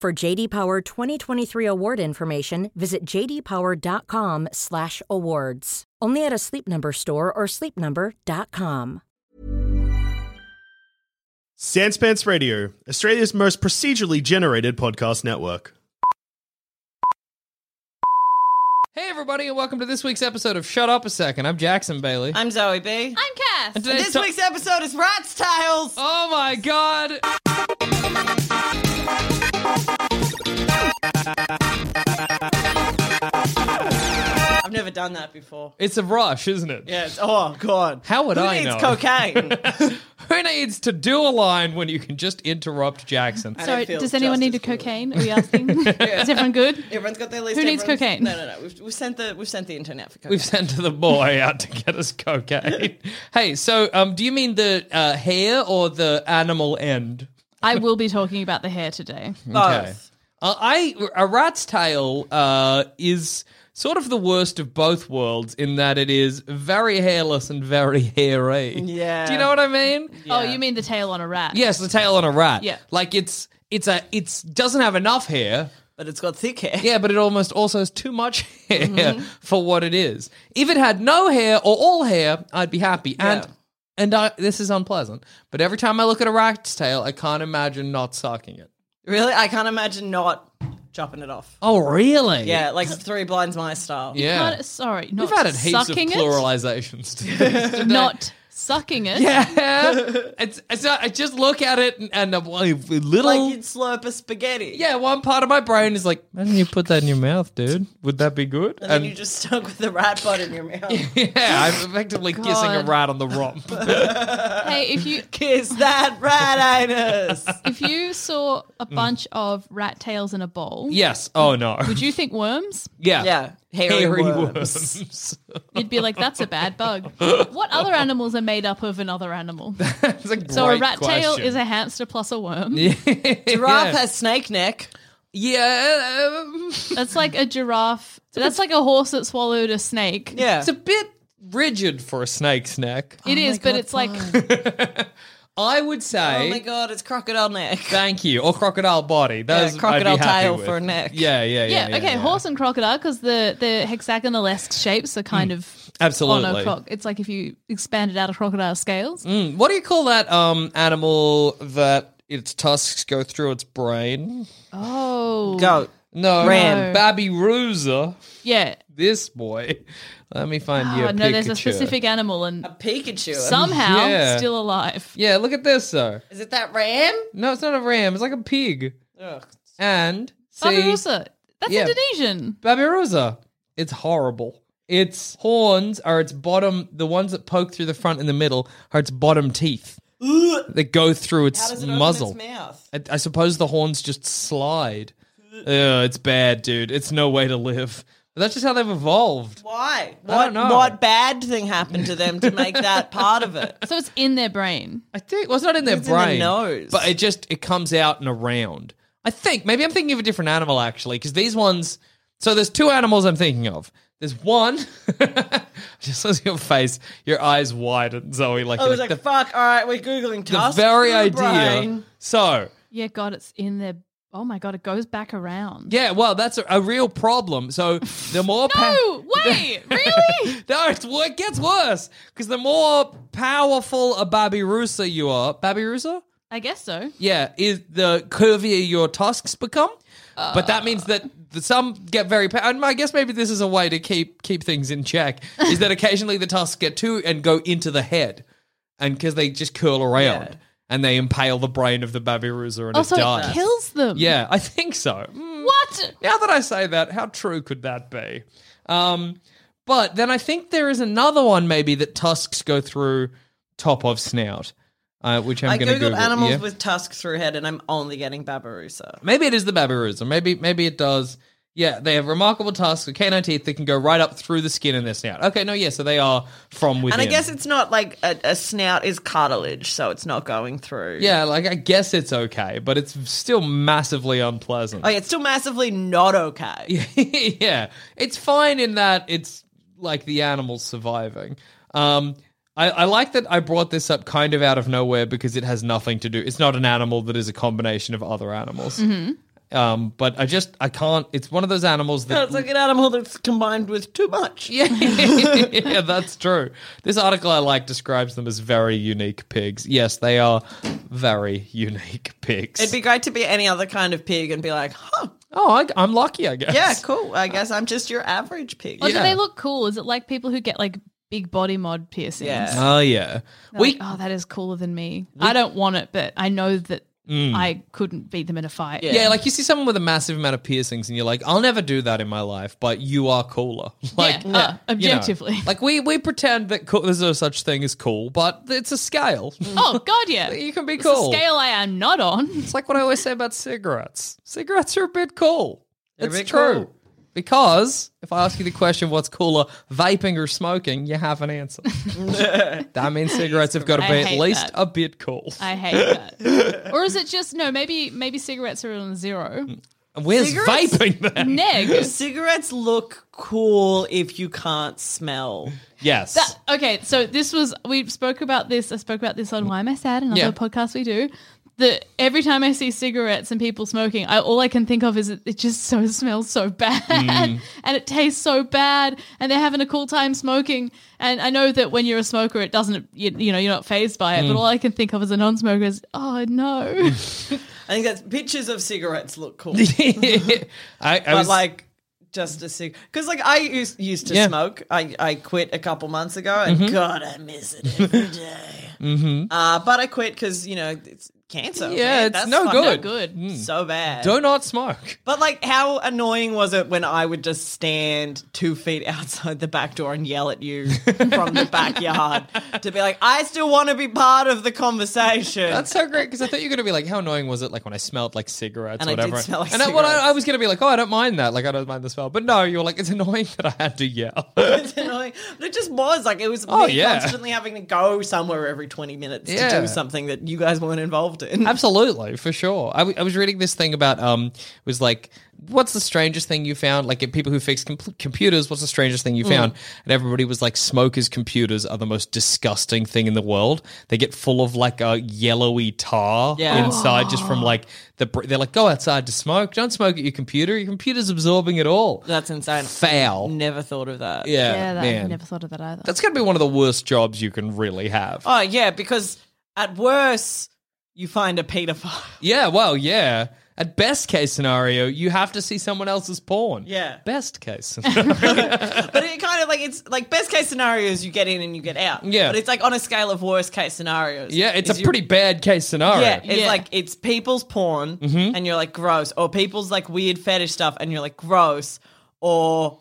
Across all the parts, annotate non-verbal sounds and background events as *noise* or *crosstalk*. For JD Power 2023 award information, visit jdpower.com/awards. Only at a Sleep Number store or sleepnumber.com. Sanspants Radio, Australia's most procedurally generated podcast network. Hey, everybody, and welcome to this week's episode of Shut Up a Second. I'm Jackson Bailey. I'm Zoe B. I'm Cass. And today's this to- week's episode is Rat's Tales. Oh my god! I've never done that before. It's a rush, isn't it? Yes. Oh God. How would Who I needs know? *laughs* cocaine? Who needs to do a line when you can just interrupt Jackson? I Sorry, don't feel does anyone just as need a good. cocaine? Are we asking? Is everyone good? Everyone's got their list. Who needs everyone's- cocaine? No, no, no. We've, we've sent the we've sent the internet for *laughs* cocaine. We've sent the boy out to get us *laughs* cocaine. hey, so um, do you mean the uh, hair or the animal end? I will be talking about the hair today. Okay. both. Uh, I a rat's tail uh, is sort of the worst of both worlds in that it is very hairless and very hairy. Yeah. Do you know what I mean? Oh, you mean the tail on a rat? Yes, the tail on a rat. Yeah. Like it's it's a it's doesn't have enough hair. But it's got thick hair. Yeah, but it almost also has too much *laughs* hair for what it is. If it had no hair or all hair, I'd be happy. And Yeah. and I, this is unpleasant. But every time I look at a rat's tail, I can't imagine not sucking it. Really, I can't imagine not chopping it off. Oh, really? Yeah, like three blinds my style. Yeah. Not- sorry, not We've added heaps of sucking pluralizations. *laughs* To this today. it. Not sucking it. Yeah. It's, it's not, I just look at it and, and I'm like, little. Like you'd slurp a spaghetti. yeah, one part of my brain is like, imagine you put that in your mouth, dude. Would that be good? And then you just stuck with the rat butt in your mouth. Um, *laughs* yeah, *laughs* I'm effectively kissing a God. rat on the rump. Hey, *laughs* if you Kiss that rat anus. if you saw a Mm. bunch of rat tails in a bowl, yes. Oh, no. would you think worms? Yeah. yeah, hairy, Hairy worms. *laughs* worms. You'd be like, that's a *laughs* bad bug. What other animals are made up of another animal? It's a So a great rat tail question. is a hamster plus a worm. *laughs* Giraffe yeah. has snake neck. yeah um, That's like a giraffe. That's like a horse that swallowed a snake. Yeah, it's a bit rigid for a snake's neck. It is, but it's like Um, I would Oh say. my god, it's crocodile neck. Thank you. Or crocodile body. Those Yeah, crocodile I'd be happy tail with. for a neck. Yeah, yeah, yeah. Yeah, okay, yeah. horse and crocodile because the the hexagonal-esque shapes are kind of Oh, on Absolutely. a croc. It's like if you expanded out a crocodile scales. Mm, What do you call that um animal that its tusks go through its brain? Oh, Goat. No, Ram. Babirusa. yeah. This boy. Let me find you. *gasps* Oh, A no, there's a Pikachu. specific animal and Pikachu. somehow Yeah. still alive. Yeah, look at this though. Is it that ram? No, it's not a ram. It's like a pig. Ugh. And see, Barbarossa. That's Yeah. Indonesian. Babirusa. It's horrible. Its horns are its bottom. The ones that poke through the front and the middle are its bottom teeth that go through its How does it muzzle. open its mouth? I, I suppose the horns just slide. Ugh, it's bad, dude. It's no way to live. But that's just how they've evolved. Why? don't What, know. what bad thing happened to them to *laughs* make that part of it? So it's in their brain. I think well, it's not in their It's in the brain, nose. but it just it comes out and around. I think maybe I'm thinking of a different animal actually, because these ones. So there's two animals I'm thinking of. There's one. *laughs* just look at your face, your eyes widen, Zoe. Like, I was like Oh, like, the, fuck, all right, we're Googling the tusks. very in the idea. brain. So Yeah, God, it's in their. Oh my God, it goes back around. yeah, well, that's a, a real problem. So the *laughs* more pa- No, wait, really? *laughs* No, it's, wo- it gets worse because the more powerful a Babirusa you are, Babirusa? I guess so. Yeah, is the curvier your tusks become. but that means that the, some get very. pa- And I guess maybe this is a way to keep keep things in check. Is that occasionally the tusks get too and go into the head, and because they just curl around and they impale the brain of the babirusa and Also, it it dies. kills them. yeah, I think so. Mm, What? Now that I say that, how true could that be? Um, but then I think there is another one maybe that tusks go through top of snout, uh, which I'm I going to googled Google. animals yeah? with tusks through head, and I'm only getting babirusa. Maybe it is the babirusa. Maybe maybe it does. Yeah, they have remarkable tusks with canine teeth that can go right up through the skin in their snout. Okay, no, yeah, so they are from within. And I guess it's not like a, a snout is cartilage, so it's not going through. yeah, like I guess it's okay, but it's still massively unpleasant. Oh, yeah, it's still massively not okay. *laughs* yeah, it's fine in that it's like the animals surviving. Um, I, I like that I brought this up kind of out of nowhere because it has nothing to do. It's not an animal that is a combination of other animals. Mm-hmm. Um, but I just I can't. It's one of those animals *laughs* that It's like an animal that's combined with too much. Yeah, *laughs* yeah, that's true. This article I like describes them as very unique pigs. Yes, they are very unique pigs. It'd be great to be any other kind of pig and be like, huh, oh, I, I'm lucky, I guess. yeah, cool. I guess I'm just your average pig. Or Yeah. do they look cool? Is it like people who get like big body mod piercings? Yeah. Oh, yeah. They're we like, oh, that is cooler than me. I don't want it, but I know that I couldn't beat them in a fight. Yeah. Mm. yeah, like you see someone with a massive amount of piercings, and you're like, I'll never do that in my life. But you are cooler. *laughs* Like Yeah, uh, you know, objectively. *laughs* like we we pretend that cool, there's no such thing as cool, but it's a scale. *laughs* Oh God, *laughs* yeah. You can be It's a cool. scale I am not on. It's like what I always say about cigarettes. Cigarettes are a bit cool. it's bit true. cool. Because if I ask you the question, what's cooler, vaping or smoking, you have an *laughs* answer. that means cigarettes have got to I be at hate least that. a bit cool. I hate *laughs* that. or is it just no? Maybe maybe cigarettes are on zero. And Where's Cigarettes? vaping *laughs* then? *laughs* Neg. Cigarettes look cool if you can't smell. Yes. That- *laughs* okay, so this was we spoke about this. I spoke about this on Why Am I Sad, another Yeah. podcast we do. That every time I see cigarettes and people smoking, I, all I can think of is it, it just so *laughs* smells so bad Mm. *laughs* and it tastes so bad, and they're having a cool time smoking. And I know that when you're a smoker, it doesn't you, you know you're not phased by Mm. it, but all I can think of as a non-smoker is oh *laughs* no, I think that's pictures of cigarettes look cool. *laughs* I, I but was like, like just a cig because like I used used to Yeah. Mm-hmm. smoke. I I quit a couple months ago, and God, I miss it *laughs* every mm-hmm. Uh, but I quit because you know it's cancer. Yeah, man. it's That's no fucking good. good. So bad. do not smoke. but like, how annoying was it when I would just stand two feet *laughs* outside the back door and yell at you from the backyard to be like, "I still want to be part of the conversation." *laughs* That's so great because I thought you were going to be like, how annoying was it like when I smelled like cigarettes And or I did whatever. smell like and I, well, I, cigarettes. I was going to be like, oh, I don't mind that. Like, I don't mind the smell. But no, you were like, it's annoying that I had to yell. It's annoying. But it just was like it was Oh, me yeah. constantly having to go somewhere every 20 minutes Yeah. to do something that you guys weren't involved in. Absolutely, for sure. I, w- I was reading this thing about um it was like what's the strangest thing you found? Like if people who fix com- computers, what's the strangest thing you Mm. found? And everybody was like, smokers' computers are the most disgusting thing in the world. They get full of like a yellowy tar Yeah. Oh. inside, just from like the br- they're like go outside to smoke. Don't smoke at your computer. Your computer's absorbing it all. That's insane. Foul. Never thought of that. Yeah, yeah, that, I man. never thought of that either. That's gonna be one of the worst jobs you can really have. Oh, yeah, because at worst, you find a pedophile. Yeah, well, yeah. At best case scenario, you have to see someone else's porn. Yeah. Best *laughs* case scenario. But it kind of like it's like best case scenario is you get in and you get out. Yeah. But it's like on a scale of worst case scenarios. yeah, it's is a you- pretty bad case scenario. Mm-hmm. Yeah, it's Yeah. like it's people's porn and you're like gross, or people's like weird fetish stuff and you're like gross, or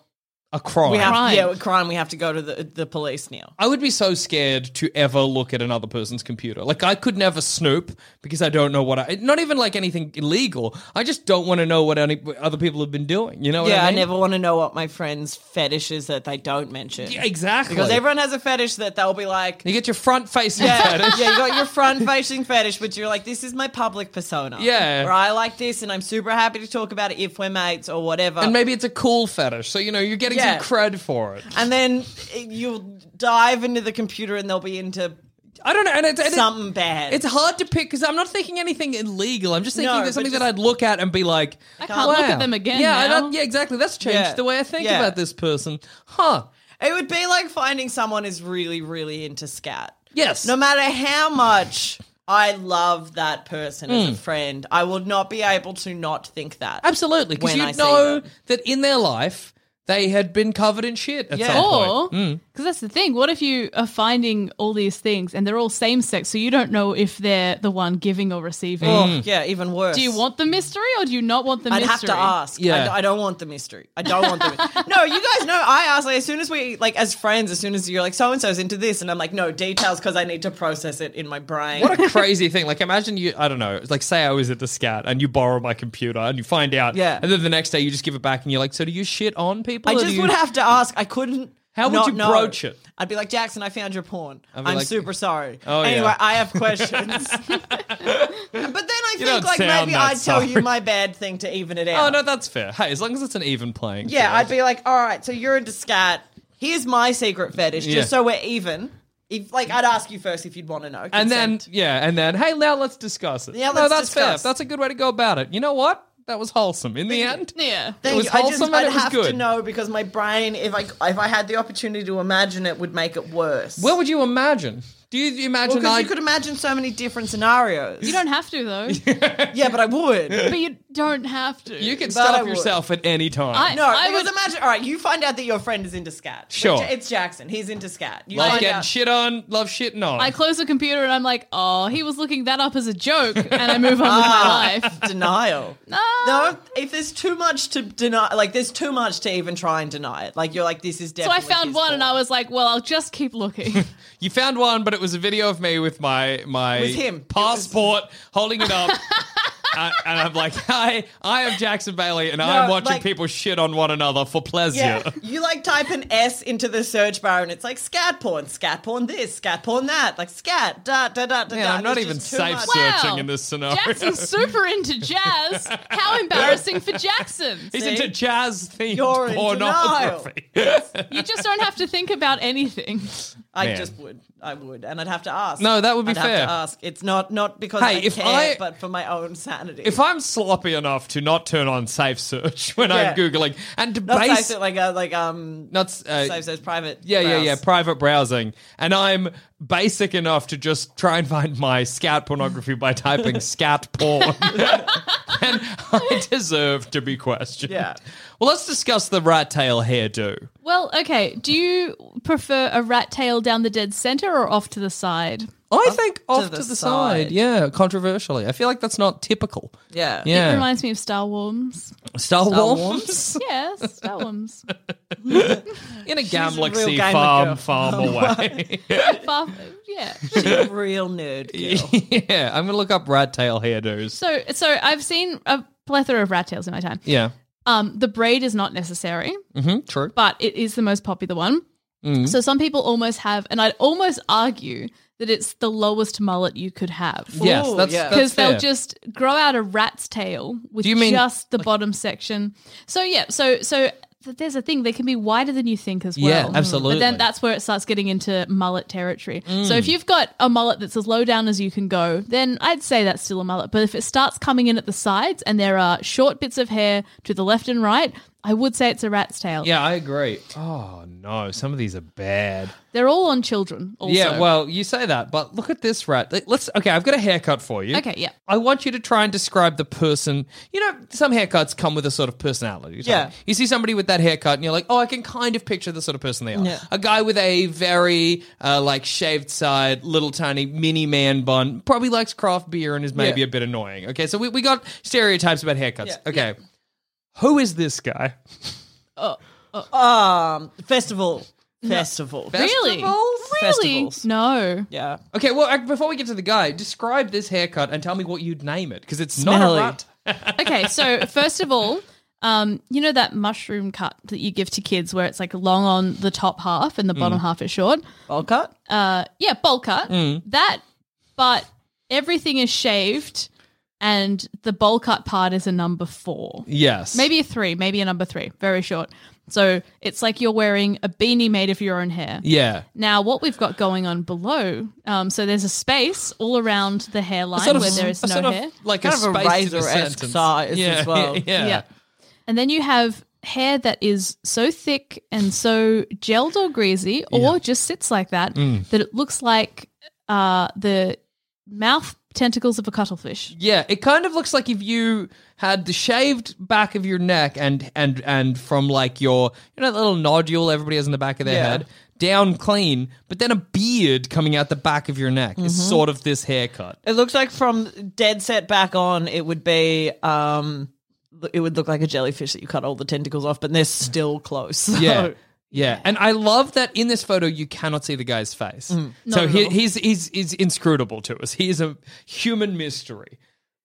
a crime. we have Crime. yeah crime. We have to go to the the police now. I would be so scared to ever look at another person's computer. Like I could never snoop because I don't know what I not even like anything illegal. I just don't want to know what any what other people have been doing. You know what yeah, I I mean? never want to know what my friends' fetish is that they don't mention. Yeah, exactly. Because everyone has a fetish that they'll be like, you get your front facing yeah, fetish. yeah, you got your front facing fetish, but you're like, this is my public persona. Yeah. Or I like this and I'm super happy to talk about it if we're mates or whatever. And maybe it's a cool fetish. So you know, you're getting Yeah. some cred for it. And then you'll dive into the computer and they'll be into I don't know. And it's and it- something bad. It's hard to pick because I'm not thinking anything illegal. I'm just thinking No, there's but something that just- I'd look at and be like, I can't look at them again Yeah, I now. don't- yeah, exactly. That's changed Yeah. the way I think Yeah. about this person, huh? It would be like finding someone is really, really into scat. Yes. No matter how much I love that person as a friend. I will not be able to not think that. Mm. Absolutely, because When you I see know them. that in their life they had been covered in shit at Yeah. some point. Mm. Or, because that's the thing, what if you are finding all these things and they're all same sex, so you don't know if they're the one giving or receiving? Oh, yeah, even worse. Do you want the mystery or do you not want the I'd mystery? have to ask. Yeah. I, I don't want the mystery. I don't want the. my- *laughs* no, you guys know. I ask like as soon as we like as friends. As soon as you're like so and so's into this, and I'm like no details because I need to process it in my brain. What a *laughs* crazy thing! Like, imagine you—I don't know—like, say I was at the scat and you borrow my computer and you find out, Yeah. and then the next day you just give it back and you're like, "So do you shit on people?" I or do just you- would have to ask. I couldn't. How would not you know. broach it? I'd be like Jackson. I found your porn. I'm be like- super sorry. Oh, anyway, yeah. I have questions. *laughs* but then I don't think like sound maybe that I'd tell sorry. you my bad thing to even it out. Oh no, that's fair. Hey, as long as it's an even playing. Yeah, I'd field. be like, all right, so you're into scat. Here's my secret fetish, Yeah. just so we're even. If like, I'd ask you first if you'd want to know. And then consent. yeah, and then hey, now let's discuss it. Yeah, no, let's that's discuss. fair. That's a good way to go about it. You know what? That was wholesome in the end. Yeah. It Thank was you. I just wholesome and I'd it was have to good. know because my brain, if I if I had the opportunity to imagine it, would make it worse. Where would you imagine? Do you imagine because I you could imagine so many different scenarios. You don't have to, *laughs* though. yeah, but I would. but you don't have to. You can But I stop would. yourself at any time. I- No, I I because would- imagine. All right, you find out that your friend is into scat. Like, Sure. it's Jackson. He's into scat. You love find getting out- shit on, love shitting on. I close the computer and I'm like, oh, he was looking that up as *laughs* a joke, and I move on with my life. Ah. denial. No. Ah. No, if there's too much to deny, like there's too much to even try and deny it. Like you're like, this is So I definitely. found his one and fault. I was like, well, I'll just keep looking. you found one, but it was a video of me with my my With him. passport holding it up. *laughs* Uh, and I'm like, hi, I am Jackson Bailey, and I'm watching like- people shit on one another for pleasure. *laughs* Yeah, you like type an S into the search bar and it's like scat porn, scat porn this, scat porn that, like scat da da da da. Man, da. I'm not There's even just too safe much. *laughs* searching in this scenario. Jackson's super into jazz. *laughs* How embarrassing for Jackson. He's See? into jazz themed You're in pornography. You just don't have to think about anything. I Man. just would, I would, and I'd have to ask. No, that would be I'd fair. Have to ask. It's not not because Hey, I if care, I- but for my own sanity. if I'm sloppy enough to not turn on safe search *laughs* when Yeah. I'm Googling and to not base safe, like uh, like um, not s- uh, safe says private. Yeah, yeah, yeah. browse. Private browsing, and I'm basic enough to just try and find my scat pornography *laughs* by typing scat porn, *laughs* and I deserve to be questioned. Yeah. Well, let's discuss the rat tail hairdo. Well, okay. Do you prefer a rat tail down the dead center or off to the side? I think off to the the, side. side. yeah. Controversially, I feel like that's not typical. yeah, It Yeah, reminds me of Star Wars. Star Wars Wars? Yes, Star Wars. *laughs* in a galaxy real gamer farm, girl. *laughs* farm away. Far, yeah. She's a real nerd. Girl. *laughs* yeah, I'm gonna look up rat tail hairdos. So, so I've seen a plethora of rat tails in my time. Yeah, Um, the braid is not necessary. hmm true. but it is the most popular one. So some people almost have, and I'd almost argue that it's the lowest mullet you could have. yes, Ooh, that's yeah. that's Because they'll fair. just grow out a rat's tail with Do you mean- just the bottom section. So yeah, so so th- there's a thing they can be wider than you think as well. Yeah, Mm. absolutely. Mm. But then that's where it starts getting into mullet territory. So if you've got a mullet that's as low down as you can go, then I'd say that's still a mullet. But if it starts coming in at the sides and there are short bits of hair to the left and right, I would say it's a rat's tail. Yeah, I agree. Oh no, some of these are bad. They're all on children. Also. Yeah, well, you say that, but look at this rat. Like, Let's okay, I've got a haircut for you. Okay, yeah. I want you to try and describe the person. You know, some haircuts come with a sort of personality. type. Yeah. You see somebody with that haircut and you're like, "Oh, I can kind of picture the sort of person they are." A guy with a very uh, like shaved side, little tiny mini man bun, probably likes craft beer and is maybe Yeah. a bit annoying. Okay, so we we got stereotypes about haircuts. Yeah. Okay. Who is this guy? Um, festival, festival. really, Festivals? really, Festivals. no. Yeah. Okay, well, ac- before we get to the guy, describe this haircut and tell me what you'd name it because it's not Smelly. a rat. Okay, so first of all, um, you know that mushroom cut that you give to kids, where it's like long on the top half and the Mm. bottom half is short. Bowl cut? Uh, yeah, bowl cut. Mm. That, but everything is shaved, and the bowl cut part is a number four. Yes. Maybe a three, maybe a number three, very short. So it's like you're wearing a beanie made of your own hair. Yeah. Now, what we've got going on below, um, so there's a space all around the hairline where there is a no sort of hair. like Kind a of a space in a razor-esque sentence. size yeah, as *laughs* well. Yeah. yeah. Yeah. And then you have hair that is so thick and so gelled or Mm. greasy or just sits like that that it looks like uh, the mouth tentacles of a cuttlefish. Yeah, it kind of looks like if you had the shaved back of your neck and and and from like your you know that little nodule everybody has in the back of their Yeah. head down clean, but then a beard coming out the back of your neck is Mm-hmm. sort of this haircut. It looks like from dead set back on, it would be um, it would look like a jellyfish that you cut all the tentacles off, but they're still close. *laughs* So- *laughs* Yeah. Yeah, and I love that in this photo you cannot see the guy's face. so at he, all. he's he's he's inscrutable to us. He is a human mystery.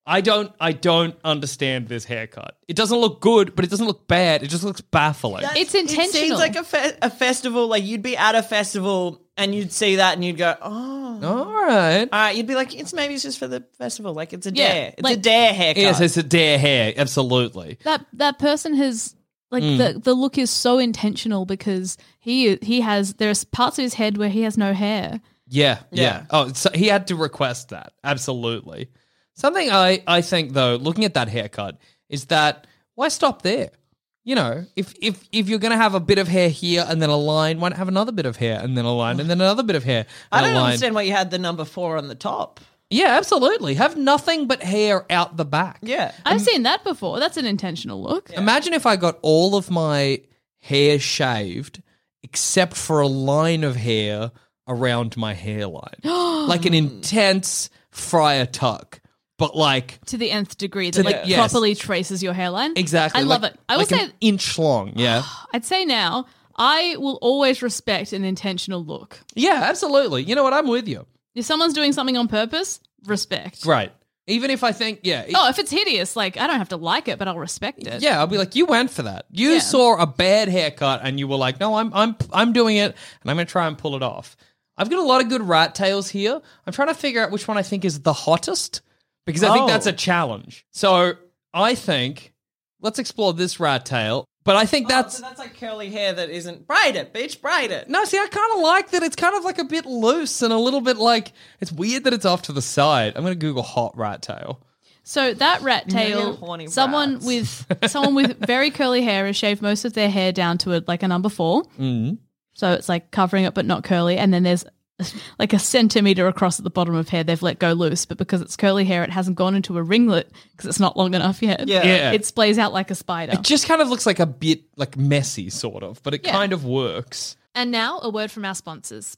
I don't I don't understand this haircut. It doesn't look good, but it doesn't look bad. It just looks baffling. It's It seems intentional. like a, fe- a festival. Like you'd be at a festival and you'd see that and you'd go, oh. All right. All right, you'd be like, it's maybe it's just for the festival. Like it's a Yeah, dare. It's a like- dare haircut. Yes, it's a dare hair, absolutely. that that person has like Mm. the the look is so intentional because he he has there's parts of his head where he has no hair. Yeah, yeah. Yeah. Oh, so he had to request that. Absolutely. Something I, I think though, looking at that haircut, is that why stop there? You know, if if if you're gonna have a bit of hair here and then a line, why not have another bit of hair and then a line and then another bit of hair? *sighs* I and a don't line? understand why you had the number four on the top. Yeah, absolutely. Have nothing but hair out the back. Yeah. I've seen that before. That's an intentional look. Imagine if I got all of my hair shaved except for a line of hair around my *gasps* hairline. like an intense friar tuck, but like To the nth degree that the- like yes. properly traces your hairline. exactly. I love like- it. I will like say an inch long. *gasps* Yeah. I'd say now I will always respect an intentional look. yeah, absolutely. You know what? I'm with you. If someone's doing something on purpose, respect. Right. Even if I think, yeah. it- Oh, if it's hideous, like I don't have to like it, but I'll respect it. Yeah, I'll be like, you went for that. You Yeah. saw a bad haircut, and you were like, no, I'm I'm I'm doing it, and I'm gonna try and pull it off. I've got a lot of good rat tails here. I'm trying to figure out which one I think is the hottest because I think Oh. that's a challenge. So I think let's explore this rat tail, but I think that's. Oh, so that's like curly hair that isn't braid it, bitch, braid it. no, see, I kind of like that. It's kind of like a bit loose and a little bit like it's weird that it's off to the side. I'm gonna Google hot rat tail. So that rat Million tail, horny someone rats. with *laughs* someone with very curly hair has shaved most of their hair down to a, like a number four. Mm. So it's like covering it but not curly, and then there's like a centimeter across at the bottom of hair they've let go loose, but because it's curly hair, it hasn't gone into a ringlet because it's not long enough yet. Yeah. Yeah. it splays out like a spider. It just kind of looks like a bit like messy, sort of, but it Yeah. kind of works. and now a word from our sponsors.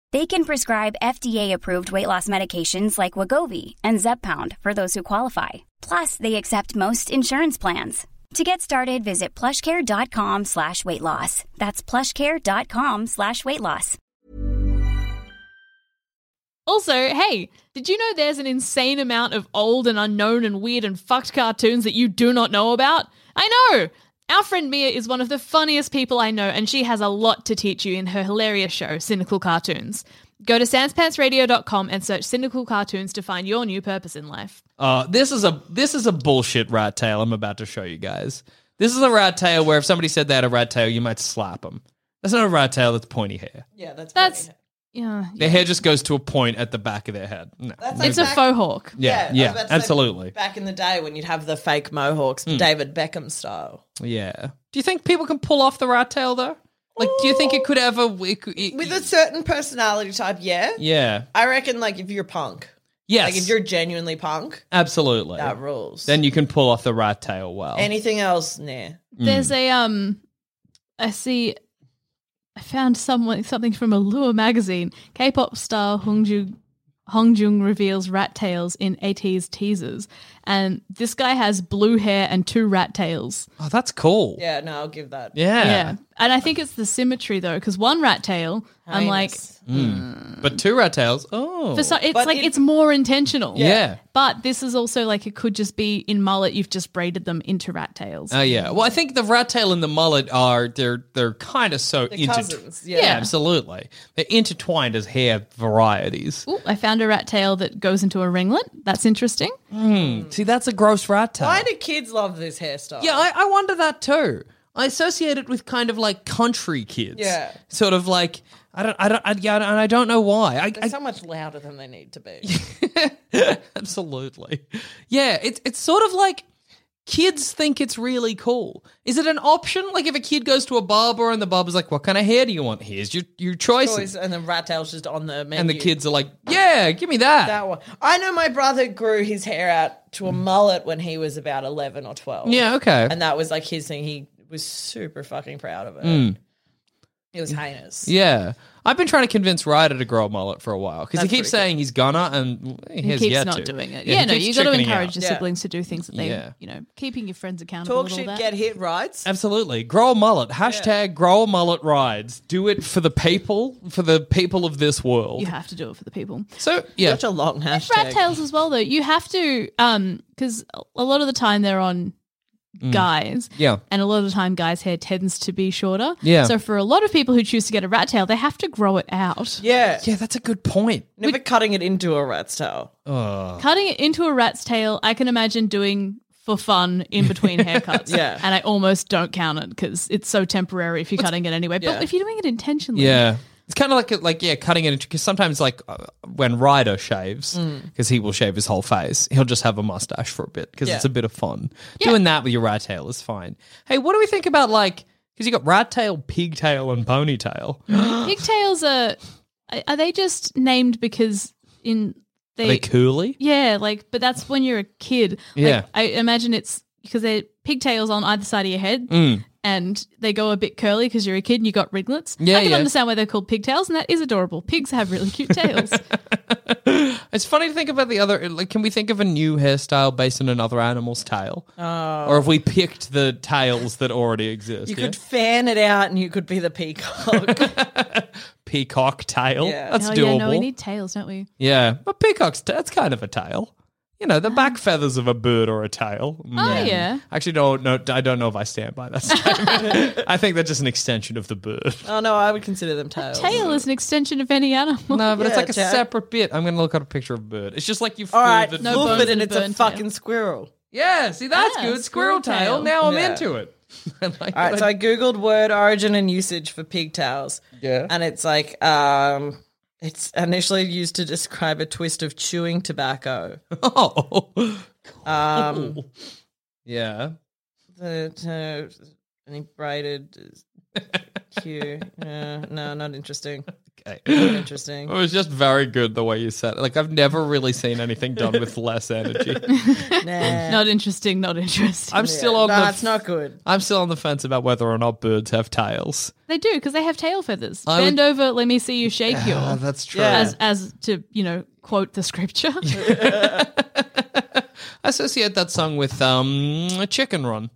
They can prescribe FDA-approved weight loss medications like Wagovi and Zepbound for those who qualify. Plus, they accept most insurance plans. To get started, visit plushcare.com slash weight loss. That's plushcare.com slash weight loss. Also, hey, did you know there's an insane amount of old and unknown and weird and fucked cartoons that you do not know about? I know! Our friend Mia is one of the funniest people I know, and she has a lot to teach you in her hilarious show, Cynical Cartoons. Go to sanspantsradio.com and search Cynical Cartoons to find your new purpose in life. Uh, this is a this is a bullshit rat tail I'm about to show you guys. This is a rat tail where if somebody said they had a rat tail, you might slap them. That's not a rat tail. That's pointy hair. Yeah, that's That's. Yeah. Their hair just goes to a point at the back of their head. No. That's It's a faux hawk. yeah, I was yeah, about to say, absolutely. Hmm. Back in the day when you'd have the fake mohawks, David Beckham style. Yeah. Do you think people can pull off the rat tail though? Like, do you think it could ever? It, could- it, With a certain personality type, yeah. yeah, I reckon, like, if you're punk, yes, like, if you're genuinely punk, absolutely. that rules. Then you can pull off the rat tail well. Anything else, nah. Mm. There's a um, I see. I found someone something from Allure magazine. K-pop star Hongju Hongjung reveals rat tails in 80s teasers, and this guy has blue hair and two rat tails. oh, that's cool. Yeah, no, I'll give that. Yeah. and I think it's the symmetry though, because one rat tail, I'm like, Heinous. But two rat tails. Oh. for so, it's But like it- it's more intentional. yeah. But this is also like it could just be in mullet. You've just braided them into rat tails. Oh yeah. Well, I think the rat tail and the mullet are they're they're kind of so They're intertwined. cousins. Yeah. absolutely. They're intertwined as hair varieties. Ooh, I found a rat tail that goes into a ringlet. That's interesting. See, that's a gross rat tail. Why do kids love this hairstyle? yeah, I, I wonder that too. I associate it with kind of like country kids. Yeah. Sort of like I don't I don't I, yeah, and I don't know why. I, They're I so much louder than they need to be. Absolutely. Yeah, it's it's sort of like kids think it's really cool. Is it an option? Like if a kid goes to a barber and the barber's like, "What kind of hair do you want? Here's your your choices." Always- and then rat tails just on the menu. And the kids are like, "Yeah, give me that." That one. I know my brother grew his hair out to a mullet when he was about 11 or 12. Hmm. yeah, okay. And that was like his thing. He was super fucking proud of it. It was heinous. yeah. I've been trying to convince Ryder to grow a mullet for a while because he That's keeps pretty saying he's gonna, and he, He has keeps yet not to. doing it. he Yeah, no, keeps you got to chickening encourage out. your Yeah. siblings to do things that they, Yeah. you know, keeping your friends accountable. Talk and all shit, that. get hit, rights. Oh, Absolutely, grow a mullet. Hashtag grow a mullet rides. Do it for the people, for the people of this world. You have to do it for the people. So yeah, Such a long Rat hashtag. tails as well, though. You have to, um, because a lot of the time they're on guys. Mm. yeah. And a lot of the time, guys' hair tends to be shorter. Yeah. So for a lot of people who choose to get a rat tail, they have to grow it out. yeah. Yeah, that's a good point. Never cutting it into a rat's tail. Oh. Cutting it into a rat's tail, I can imagine doing for fun *laughs* in between haircuts. Yeah. And I almost don't count it because it's so temporary if you're cutting it anyway. But Yeah. if you're doing it intentionally, Yeah. It's kind of like like yeah, cutting it because sometimes like uh, when Ryder shaves because he will shave his whole face, he'll just have a mustache for a bit because Yeah. it's a bit of fun. Doing that with your rat tail is fine. Hey, what do we think about like because you got rat tail, pigtail, and ponytail? pigtails are are they just named because in Are they cooly? Yeah, like, but that's when you're a kid. Like, Yeah. I imagine it's because they're pigtails on either side of your head Mm. and they go a bit curly because you're a kid and you got ringlets. Yeah, I can yeah. understand why they're called pigtails, and that is adorable. Pigs have really *laughs* cute tails. It's funny to think about the other. Like, can we think of a new hairstyle based on another animal's tail, or have we picked the tails that already exist? You yeah? could fan it out and you could be the peacock. peacock tail. Yeah. That's oh, doable. yeah, no, we need tails, don't we? Yeah, but peacock's ta- that's kind of a tail. You know, the back feathers of a bird or a tail. Oh, Mm. yeah. Actually, no, no, I don't know if I stand by that *laughs* statement. I think they're just an extension of the bird. oh no, I would consider them tails. Tail is an extension of any animal. *laughs* Oh, No, but it's Yeah, like a Jack. separate bit. I'm going to look at a picture of a bird. It's just like you All right, the No floof bones it and and it's a burn fucking tail. squirrel. Yeah, see, that's Yeah, good. Squirrel squirrel tail. tail. Now I'm Yeah. into it. *laughs* I like All right, that. so I googled word origin and usage for pigtails. Yeah. and it's like um, it's initially used to describe a twist of chewing tobacco. *laughs* oh. Um, Yeah. the uh, any braided cue? *laughs* Yeah, no, not interesting. Not Okay. interesting. It was just very good the way you said it. Like, I've never really seen anything done with less *laughs* energy. Nah. *laughs* Not interesting, not interesting. I'm still on the. Nah, it's not good. I'm still on the fence about whether or not birds have tails. they do because they have tail feathers. I Bend over, let me see you shake your. Oh, that's true. Yeah. as, as to, you know, quote *laughs* the scripture. I associate that song with um Chicken Run.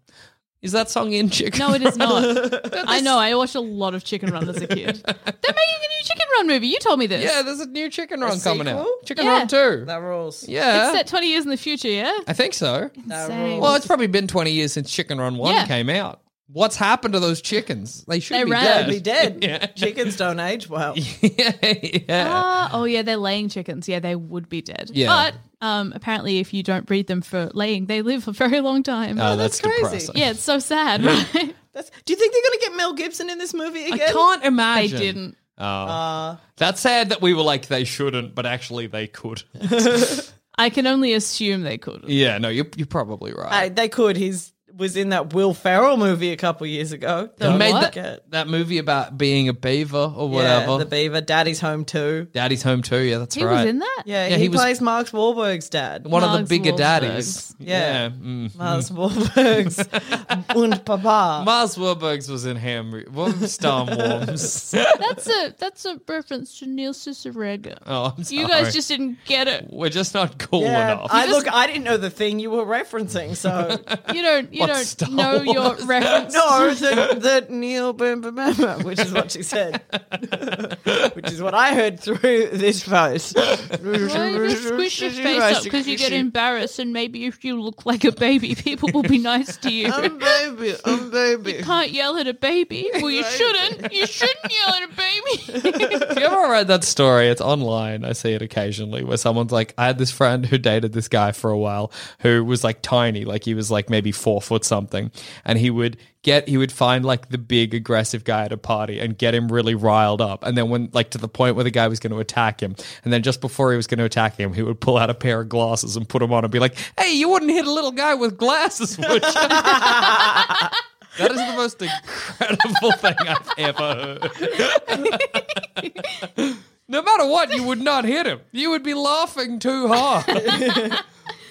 Is that song in Chicken? No, it is Run? not. I know. I watched a lot of Chicken Run *laughs* as a kid. They're making a new Chicken Run movie. You told me *laughs* this. Yeah, there's a new Chicken Run coming out. sequel? Chicken Yeah. Run Two. That rules. Yeah, It's set 20 years in the future, yeah? I think so. Insane. Well, it's probably been 20 years since Chicken Run One Yeah. came out. What's happened to those chickens? They should They be ran. They'd dead. *laughs* be dead. Chickens don't age well. yeah, yeah. Ah, oh, yeah, they're laying chickens. Yeah, they would be dead. Yeah. But um, apparently, if you don't breed them for laying, they live for a very long time. Oh, that's, crazy. depressing. yeah, it's so sad, right? That's, do you think they're going to get Mel Gibson in this movie I again? can't they imagine. didn't. That's sad that we were like they shouldn't, but actually they could. *laughs* I can only assume they could. yeah, no, you're, you're probably right. Uh, they could. He's was in that Will Ferrell movie a couple years ago. He Don't made like that, it. that movie about being a beaver or whatever. Yeah, the Beaver. Daddy's Home too. Daddy's home too. Yeah, that's He right. was in that? Yeah, Yeah, he, he was- plays Mark Wahlberg's dad. One of Mark the bigger Wahlberg's. daddies. Yeah. mm. *laughs* Mark Wahlberg's und Papa. Mars Warburgs was in Ham. What Star Worms? *laughs* That's a that's a reference to Neil Cicerega. *laughs* Oh, I'm sorry. you guys just didn't get it. we're just not cool yeah, enough. I look. I didn't know the thing you were referencing. So You don't you What, don't Star know your Wars? *laughs* reference. no, the, the Neil Boombamama, which is what she *laughs* said, which is what I heard through this post. Why don't you just squish your face up because you get embarrassed, and maybe if you look like a baby, *laughs* people will be nice to you. Um, I'm baby. I'm baby. Can't yell at *laughs* a baby. Well, you shouldn't. You shouldn't yell at a baby. *laughs* Have you ever read that story? It's online. I see it occasionally where someone's like, I had this friend who dated this guy for a while who was like tiny, like he was like maybe four foot something. And he would get, he would find like the big aggressive guy at a party and get him really riled up. And then when, like to the point where the guy was going to attack him. And then just before he was going to attack him, he would pull out a pair of glasses and put them on and be like, hey, you wouldn't hit a little guy with glasses, would you? that is the most incredible thing I've ever heard. *laughs* No matter what, you would not hit him. You would be laughing too hard. *laughs*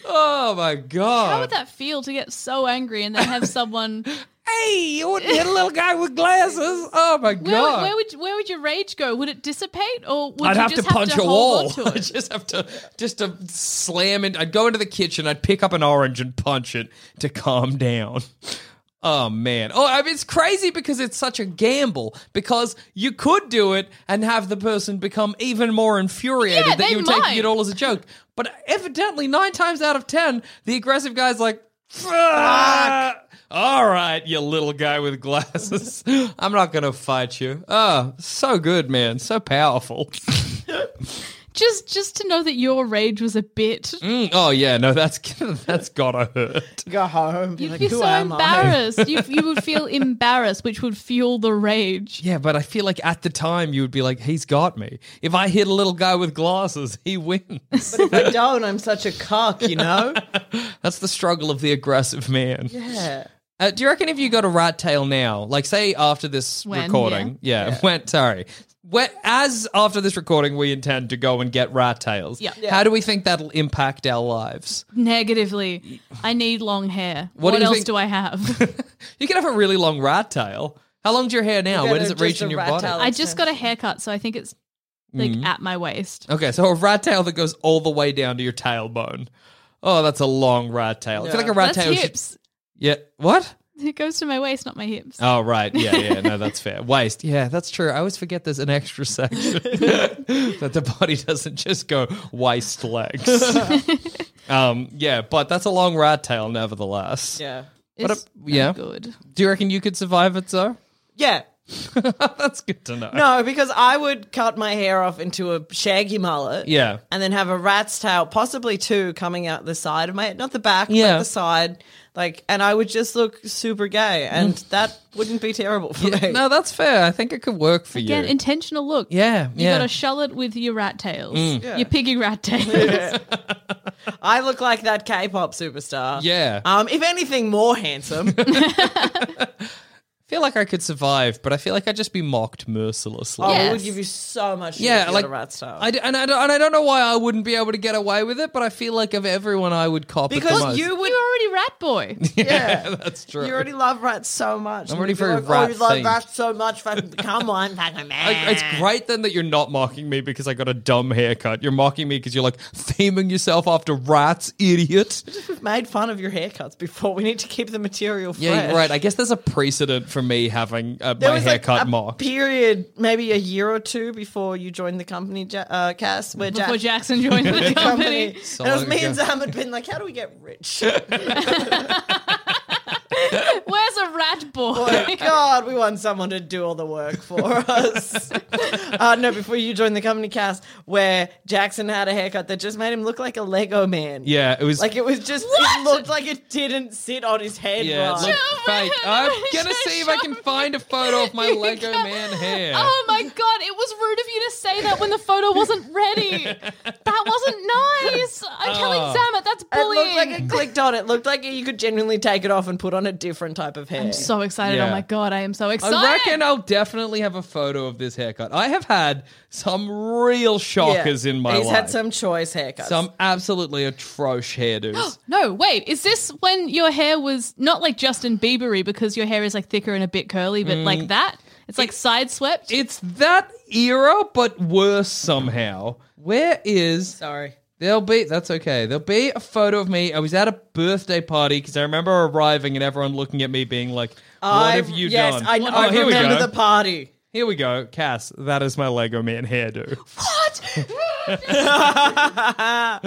oh my How would god! that feel to get so angry and then *laughs* have someone? hey, you wouldn't hit a little guy with glasses. Oh my Where, would- god! where would where would your rage go? Would it dissipate, or would I'd you have to just punch have to a wall. hold on to I'd *laughs* it? just have to just to slam it. I'd go into the kitchen. I'd pick up an orange and punch it to calm down. Oh man! Oh, I mean, it's crazy because it's such a gamble. Because you could do it and have the person become even more infuriated Yeah, that they you were might. taking it all as a joke. But evidently, nine times out of ten, the aggressive guy's like, Ah. "Fuck! All right, you little guy with glasses. *laughs* I'm not gonna fight you." Oh, so good, man. So powerful. *laughs* Just just to know that your rage was a bit. Mm, oh yeah, no, that's *laughs* that's gotta hurt. Go home. Be You'd like, be who so am I? embarrassed. you, you would feel *laughs* embarrassed, which would fuel the rage. Yeah, but I feel like at the time you would be like, "He's got me." If I hit a little guy with glasses, he wins. If I don't, I'm such a cuck. You know. *laughs* that's the struggle of the aggressive man. Yeah. Uh, do you reckon if you got a rat tail now, like say after this When, recording, yeah, when sorry, when, as after this recording, we intend to go and get rat tails. Yeah. How do we think that'll impact our lives? Negatively, I need long hair. What What, do you else think- do I have? You can have a really long rat tail. How long's your hair now? Yeah, Where no, does it just reach a in your rat body? tail. *laughs* I just got a haircut, so I think it's like Mm-hmm. at my waist. Okay, so a rat tail that goes all the way down to your tailbone. Oh, that's a long rat tail. I feel like a rat That's tail. should- hips. *laughs* yeah. What? It goes to my waist, not my hips. Oh, right. Yeah, yeah. No, that's fair. *laughs* Waist. Yeah, that's true. I always forget there's an extra section *laughs* that the body doesn't just go waist legs. um, yeah, but that's a long rat tail, nevertheless. Yeah. It's a- yeah. good. Do you reckon you could survive it, sir? Yeah. *laughs* that's good to know. No, because I would cut my hair off into a shaggy mullet. Yeah. And then have a rat's tail, possibly two, coming out the side of my head. Not the back, Yeah. but the side. Like, and I would just look super gay. *laughs* And that wouldn't be terrible for me. No, that's fair. I think it could work for Again, you. intentional look. yeah, You yeah. Mm. got to shell it with your rat tails, your piggy rat *laughs* tails. I look like that K pop superstar. yeah. Um, if anything, more *laughs* handsome. feel like I could survive, but I feel like I'd just be mocked mercilessly. Oh, Yes. it would give you so much. shit if Yeah, you like had a rat's tail. I d- and I don't, and I don't know why I wouldn't be able to get away with it, but I feel like of everyone I would cop it the because most. *laughs* you would. You're already rat boy. Yeah. that's true. You already love rats so much. I'm and already you'd very be like, oh, you love rat-themed. rats so much. fucking Come on, *laughs* fucking I- man. it's great then that you're not mocking me because I got a dumb haircut. You're mocking me because you're like theming yourself after rats, idiot. We've made fun of your haircuts before. We need to keep the material fresh. Yeah, you're right. I guess there's a precedent for me having uh, There my was, like, haircut a mocked. Period. Maybe a year or two before you joined the company, Ja- uh, Cass. Where Before Jack. Jackson *laughs* joined the company. Company. and it was long me ago. and Sam had been like, "How do we get rich?" Where's a rat boy. *laughs* God, we want someone to do all the work for *laughs* us. uh, no, before you joined the company cast, where Jackson had a haircut that just made him look like a Lego man. Yeah, it was Like it was just, it looked like it didn't sit on his head Yeah, right. it looked fake. I'm gonna Show- see if I can show find a photo of my *laughs* Lego man hair. Oh my god, it was rude of you to say that when the photo wasn't ready. That wasn't nice. *laughs* I'm telling Oh. Sam it, that's it looked bullying. like *laughs* it clicked on. It looked like you could genuinely take it off and put on a different type of hair. I'm so excited. Yeah. Oh my god, I am so excited. I reckon I'll definitely have a photo of this haircut. I have had some real shockers in my He's life. had some choice haircuts. some absolutely atrocious *gasps* hairdos. no, wait. Is this when your hair was not like Justin Biebery because your hair is like thicker and a bit curly, but Mm. like that? It's like side swept. it's that era, but worse somehow. Where is Sorry. There'll be that's okay. There'll be a photo of me. I was at a birthday party because I remember arriving and everyone looking at me being like, "What I- have you yes, done?" I, oh, I here we remember go. the party. here we go, Cass. That is my Lego Man hairdo. *laughs*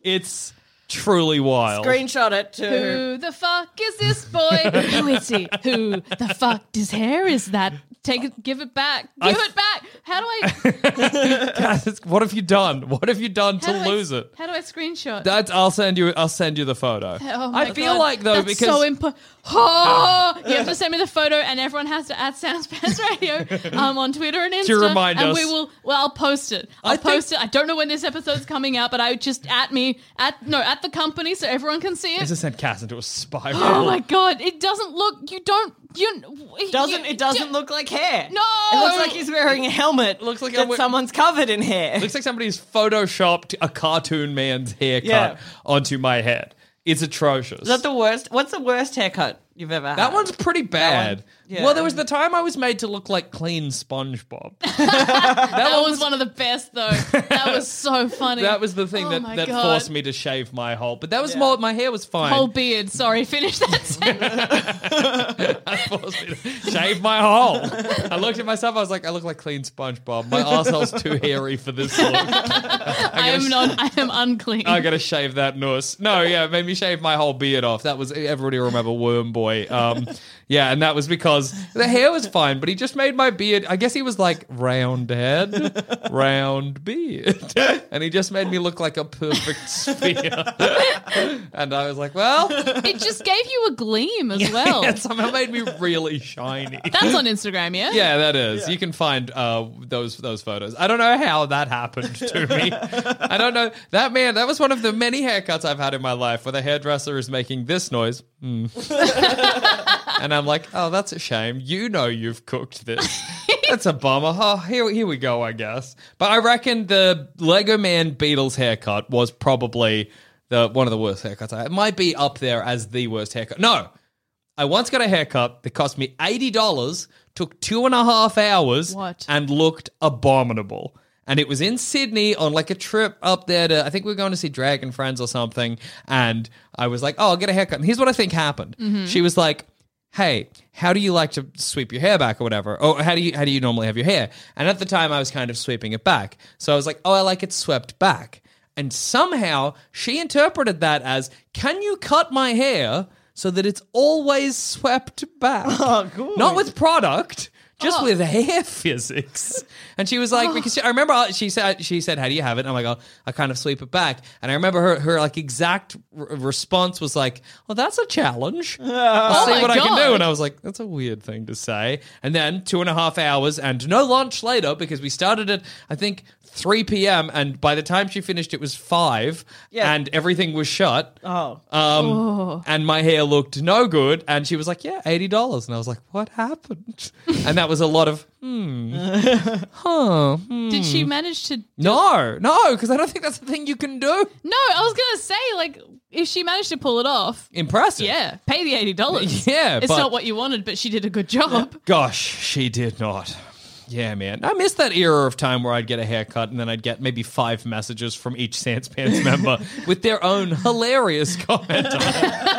It's truly wild. *laughs* Screenshot it too. Who the fuck is this boy? Who is he? Who the fuck? His hair is that? Take it, give it back, I give th- it back. How do *laughs* I? Cass, it's- what have you done? What have you done How do to I- lose it? How do I screenshot? That's. I'll send you. I'll send you the photo. Oh my I feel God. like though That's because so impo- *laughs* oh, you have to send me the photo, and everyone has to at Sam's Pants *laughs* Radio um, on Twitter and *laughs* Insta To remind and us. we will. Well, I'll post it. I'll I think- post it. I don't know when this episode's coming out, but I would just at me at no at the company so everyone can see I it. just sent Cass into a spiral. *gasps* Oh my god! It doesn't look. You don't. You it Doesn't it doesn't look like hair? No! it looks like he's wearing a helmet. Looks like I that wear- someone's covered in hair. Looks like somebody's photoshopped a cartoon man's haircut Yeah. onto my head. It's atrocious. Is that the worst? What's the worst haircut you've ever had? That one's pretty bad. yeah. Well, there was the time I was made to look like clean SpongeBob. That was one of the best though. That was *laughs* so funny. that was the thing Oh that, my that God. forced me to shave my whole. But that was more. My hair was fine. Whole beard. Sorry, finish that sentence. *laughs* forced me to shave my hole. I looked at myself. I was like, I look like clean SpongeBob. My arsehole's too hairy for this look. I am not. I am unclean. I gotta shave that nose. No, yeah, it made me shave my whole beard off. That was everybody remember Worm Boy. Um, yeah, and that was because the hair was fine, but he just made my beard. I guess he was like round head, round beard, *laughs* and he just made me look like a perfect sphere. *laughs* and I was like, well, *laughs* It just gave you a gleam as well. it somehow made me really shiny. That's on Instagram, yeah? Yeah, that is. You can find uh, those those photos. I don't know how that happened to me. I don't know that man. That was one of the many haircuts I've had in my life where the hairdresser is making this noise, Hmm. and I'm like, oh, that's a shame. You know, you've cooked this. That's a bummer. Oh, here, here we go, I guess. But I reckon the Lego Man Beatles haircut was probably the one of the worst haircuts. I had. It might be up there as the worst haircut. No, I once got a haircut that cost me eighty dollars, took two and a half hours, What? and looked abominable. And it was in Sydney on like a trip up there to I think we were going to see Dragon Friends or something. And I was like, "Oh, I'll get a haircut." And here's what I think happened: she was like, "Hey, how do you like to sweep your hair back or whatever? Oh, how do you how do you normally have your hair?" And at the time, I was kind of sweeping it back, so I was like, "Oh, I like it swept back." And somehow she interpreted that as, "Can you cut my hair?" so that it's always swept back. Not with product, just with hair physics. And she was like, because she, I remember uh, she said, she said, how do you have it? And I'm like, oh, I kind of sweep it back. And I remember her, her like exact r- response was like, well, that's a challenge. I'll see my what I can do. God. And I was like, that's a weird thing to say. And then two and a half hours and no lunch later because we started at, I think, 3 p.m. And by the time she finished, it was 5 Yeah. and everything was shut. oh, Um, and my hair looked no good. And she was like, "Yeah, eighty dollars." And I was like, "What happened?" *laughs* and that was a lot of Did Mm. she manage to no, no, because I don't think that's the thing you can do. No, I was gonna say, like, if she managed to pull it off, Impressive. yeah, pay the eighty *laughs* dollars. Yeah, It's but- not what you wanted, but she did a good job. Gosh, she did not. Yeah, man. I miss that era of time where I'd get a haircut and then I'd get maybe five messages from each Sans Pants member with their own hilarious comment. on it.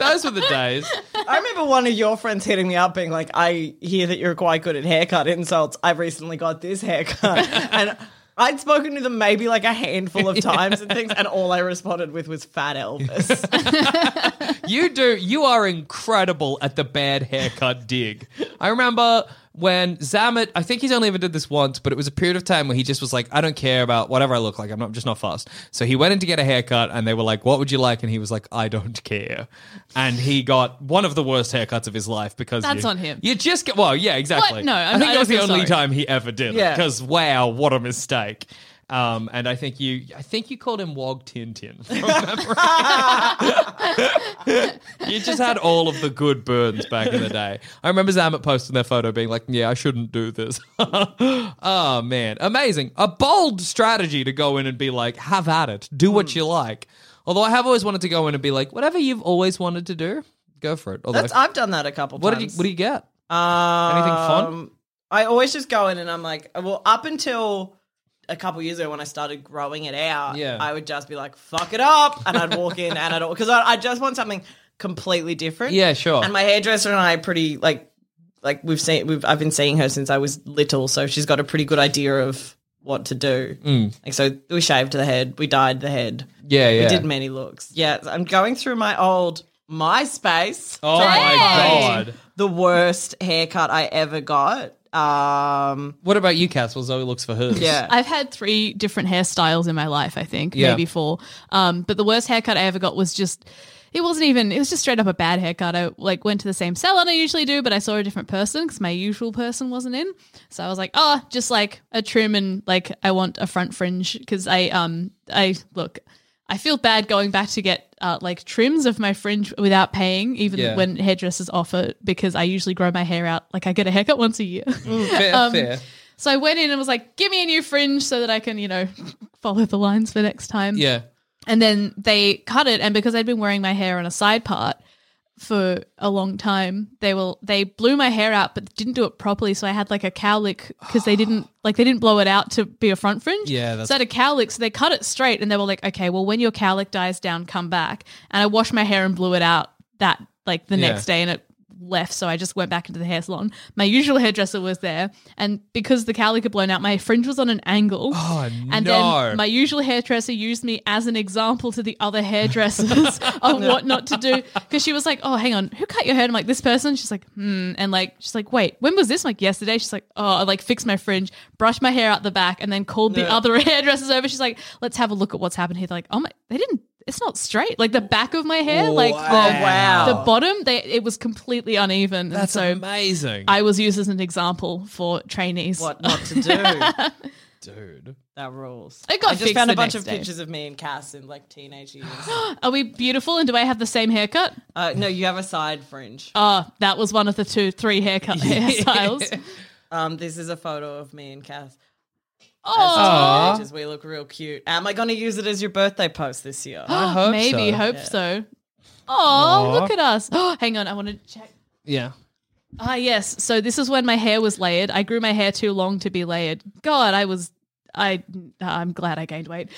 Those were the days. I remember one of your friends hitting me up being *laughs* like, I hear that you're quite good at haircut insults. I've recently got this haircut. and I'd spoken to them maybe like a handful of times and things, and all I responded with was *laughs* "Fat Elvis." You do. You are incredible at the bad haircut dig. I remember when Zamet. I think he's only ever did this once, but it was a period of time where he just was like, "I don't care about whatever I look like. I'm not just not fast." So he went in to get a haircut, and they were like, "What would you like?" And he was like, "I don't care." And he got one of the worst haircuts of his life because That's you- on him. You just get. Well, yeah, exactly. No, I'm- think I that was the don't feel only sorry. time he ever did it. Yeah. Because wow, what a mistake. Um, and I think you, I think you called him Wog Tin Tin. from memory. You just had all of the good burns back in the day. I remember Zamet posting their photo being like, yeah, I shouldn't do this. *laughs* oh, man. Amazing. A bold strategy to go in and be like, have at it. Do what Hmm. you like. Although I have always wanted to go in and be like, whatever you've always wanted to do, go for it. Although, That's I've done that a couple what, times. did you, what do you get? Um, Anything fun? I always just go in and I'm like, well, up until a couple years ago when I started growing it out, Yeah. I would just be like, fuck it up. And I'd walk in and I'd, because I, I just want something completely different. Yeah, sure. And my hairdresser and I are pretty, like, like we've seen, we've, I've been seeing her since I was little. So she's got a pretty good idea of what to do. Like, so we shaved the head, we dyed the head, yeah, Mm. yeah. we did many looks. Yeah. I'm going through my old MySpace oh, my God. the worst haircut I ever got. Um, What about you, Cass? Well, Zoe looks for hers. yeah. I've had three different hairstyles in my life, I think, Yeah. maybe four. Um, but the worst haircut I ever got was just, it wasn't even, it was just straight up a bad haircut. I like went to the same salon I usually do, but I saw a different person because my usual person wasn't in. So I was like, oh, just like a trim and like I want a front fringe because I, um, I look, I feel bad going back to get uh, like trims of my fringe without paying, even Yeah. when hairdressers offer, because I usually grow my hair out. Like I get a haircut once a year. *laughs* Fair, fair. So I went in and was like, give me a new fringe so that I can, you know, *laughs* follow the lines for next time. Yeah. And then they cut it. And because I'd been wearing my hair on a side part for a long time, they will, they blew my hair out, but didn't do it properly. So I had like a cowlick because *gasps* they didn't, like, they didn't blow it out to be a front fringe. Yeah, that's- so I had a cowlick. So they cut it straight and they were like, okay, well, when your cowlick dies down, come back. And I washed my hair and blew it out that, like, the Yeah. next day. And it, left, so I just went back into the hair salon. My usual hairdresser was there, and because the cowlick had blown out, my fringe was on an angle. Oh, and no. then my usual hairdresser used me as an example to the *laughs* other hairdressers of what not to do because she was like, "Oh, hang on, who cut your hair?" And I'm like, "This person." She's like, "Hmm," and like she's like, "Wait, when was this?" I'm like, "Yesterday." She's like, "Oh, I like fixed my fringe, brushed my hair out the back, and then called the other *laughs* hairdressers over." She's like, "Let's have a look at what's happened here." They're like, "Oh my, they didn't." It's not straight. Like the back of my hair, like oh wow. the bottom they it was completely uneven and That's so amazing. um, i was used as an example for trainees what not *laughs* to do. Dude. that rules. It I got just fixed found a the bunch next of day. pictures of me and Cass in like teenage years. *gasps* are we beautiful and do i have the same haircut uh, no, you have a side fringe. Ah, that was one of the two *laughs* three haircut *laughs* hairstyles Um, this is a photo of me and Cass. oh Teenagers, we look real cute. Am I going to use it as your birthday post this *gasps* year? I hope maybe so. hope so oh look at us *gasps* oh hang on i want to check Yeah. ah yes so this is when my hair was layered i grew my hair too long to be layered god i was I I'm glad I gained *laughs* weight.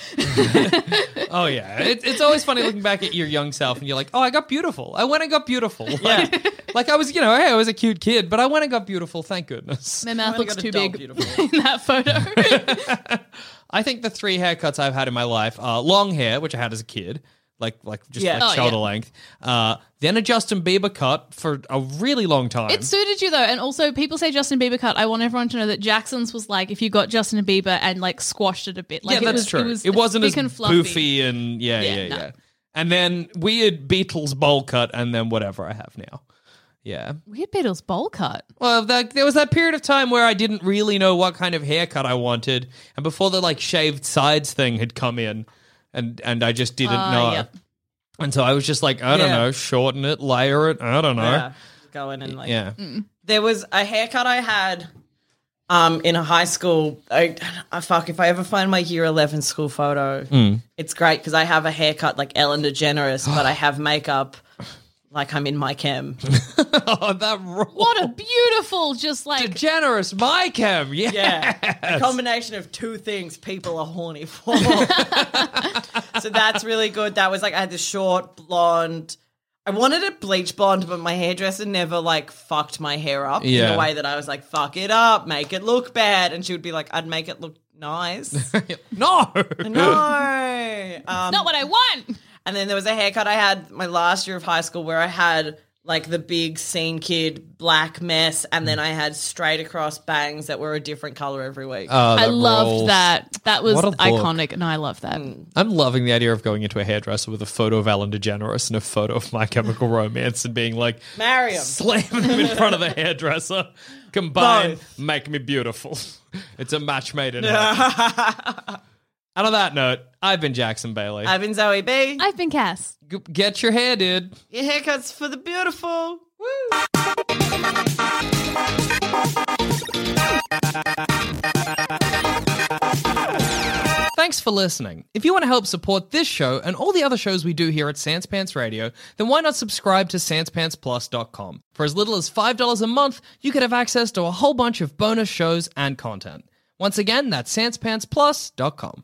Oh yeah. It, it's always funny looking back at your young self and you're like, oh, I got beautiful. I went and got beautiful. Like, Yeah. like I was, you know, hey, I was a cute kid, but I went and got beautiful. Thank goodness. My mouth Kinda looks got a too dull, big beautiful. *laughs* in *laughs* that photo. I think the three haircuts I've had in my life are long hair, which I had as a kid, like like just Yeah. like Oh, shoulder yeah. length. Uh, then a Justin Bieber cut for a really long time. It suited you though, and also people say Justin Bieber cut. I want everyone to know that Jackson's was like if you got Justin Bieber and like squashed it a bit. Like, yeah, it that's was, true. It, was not thick as and fluffy. boofy and yeah, yeah, Yeah, yeah. no. And then weird Beatles bowl cut, and then whatever I have now. Yeah. Weird Beatles bowl cut. Well, that, there was that period of time where I didn't really know what kind of haircut I wanted, and before the like shaved sides thing had come in, and and I just didn't Ah, know. yep. And so I was just like, I don't Yeah. know, shorten it, layer it, I don't know. Yeah. Yeah. Go in and like there was a haircut I had um, in high school. I, I fuck if I ever find my year eleven school photo, Mm. it's great because I have a haircut like Ellen DeGeneres, but *gasps* I have makeup like I'm in my chem. *laughs* Oh, that ro- *laughs* What a beautiful, just like generous, my chem. Yeah. Yeah, a combination of two things people are horny for. *laughs* so that's really good. That was like I had the short blonde. I wanted it bleach blonde, but my hairdresser never like fucked my hair up in Yeah. a way that I was like, "Fuck it up, make it look bad," and she would be like, "I'd make it look nice. *laughs* No. no. Um, Not what I want. And then there was a haircut I had my last year of high school where I had like the big scene kid black mess, and then I had straight across bangs that were a different color every week. Oh, I that loved rules. that. That was What a book. iconic, and I love that. I'm loving the idea of going into a hairdresser with a photo of Alan DeGeneres and a photo of My Chemical Romance and being like, Marry *laughs* 'em. slamming them in front of the hairdresser. Combine, Both. make me beautiful. *laughs* It's a match made in heaven. and on that note, I've been Jackson Bailey. I've been Zoe B. I've been Cass. G- Get your hair, dude. Your haircuts for the beautiful. Woo! Thanks for listening. If you want to help support this show and all the other shows we do here at Sans Pants Radio, then why not subscribe to SansPantsPlus.com? For as little as $5 a month, you could have access to a whole bunch of bonus shows and content. Once again, that's SansPantsPlus.com.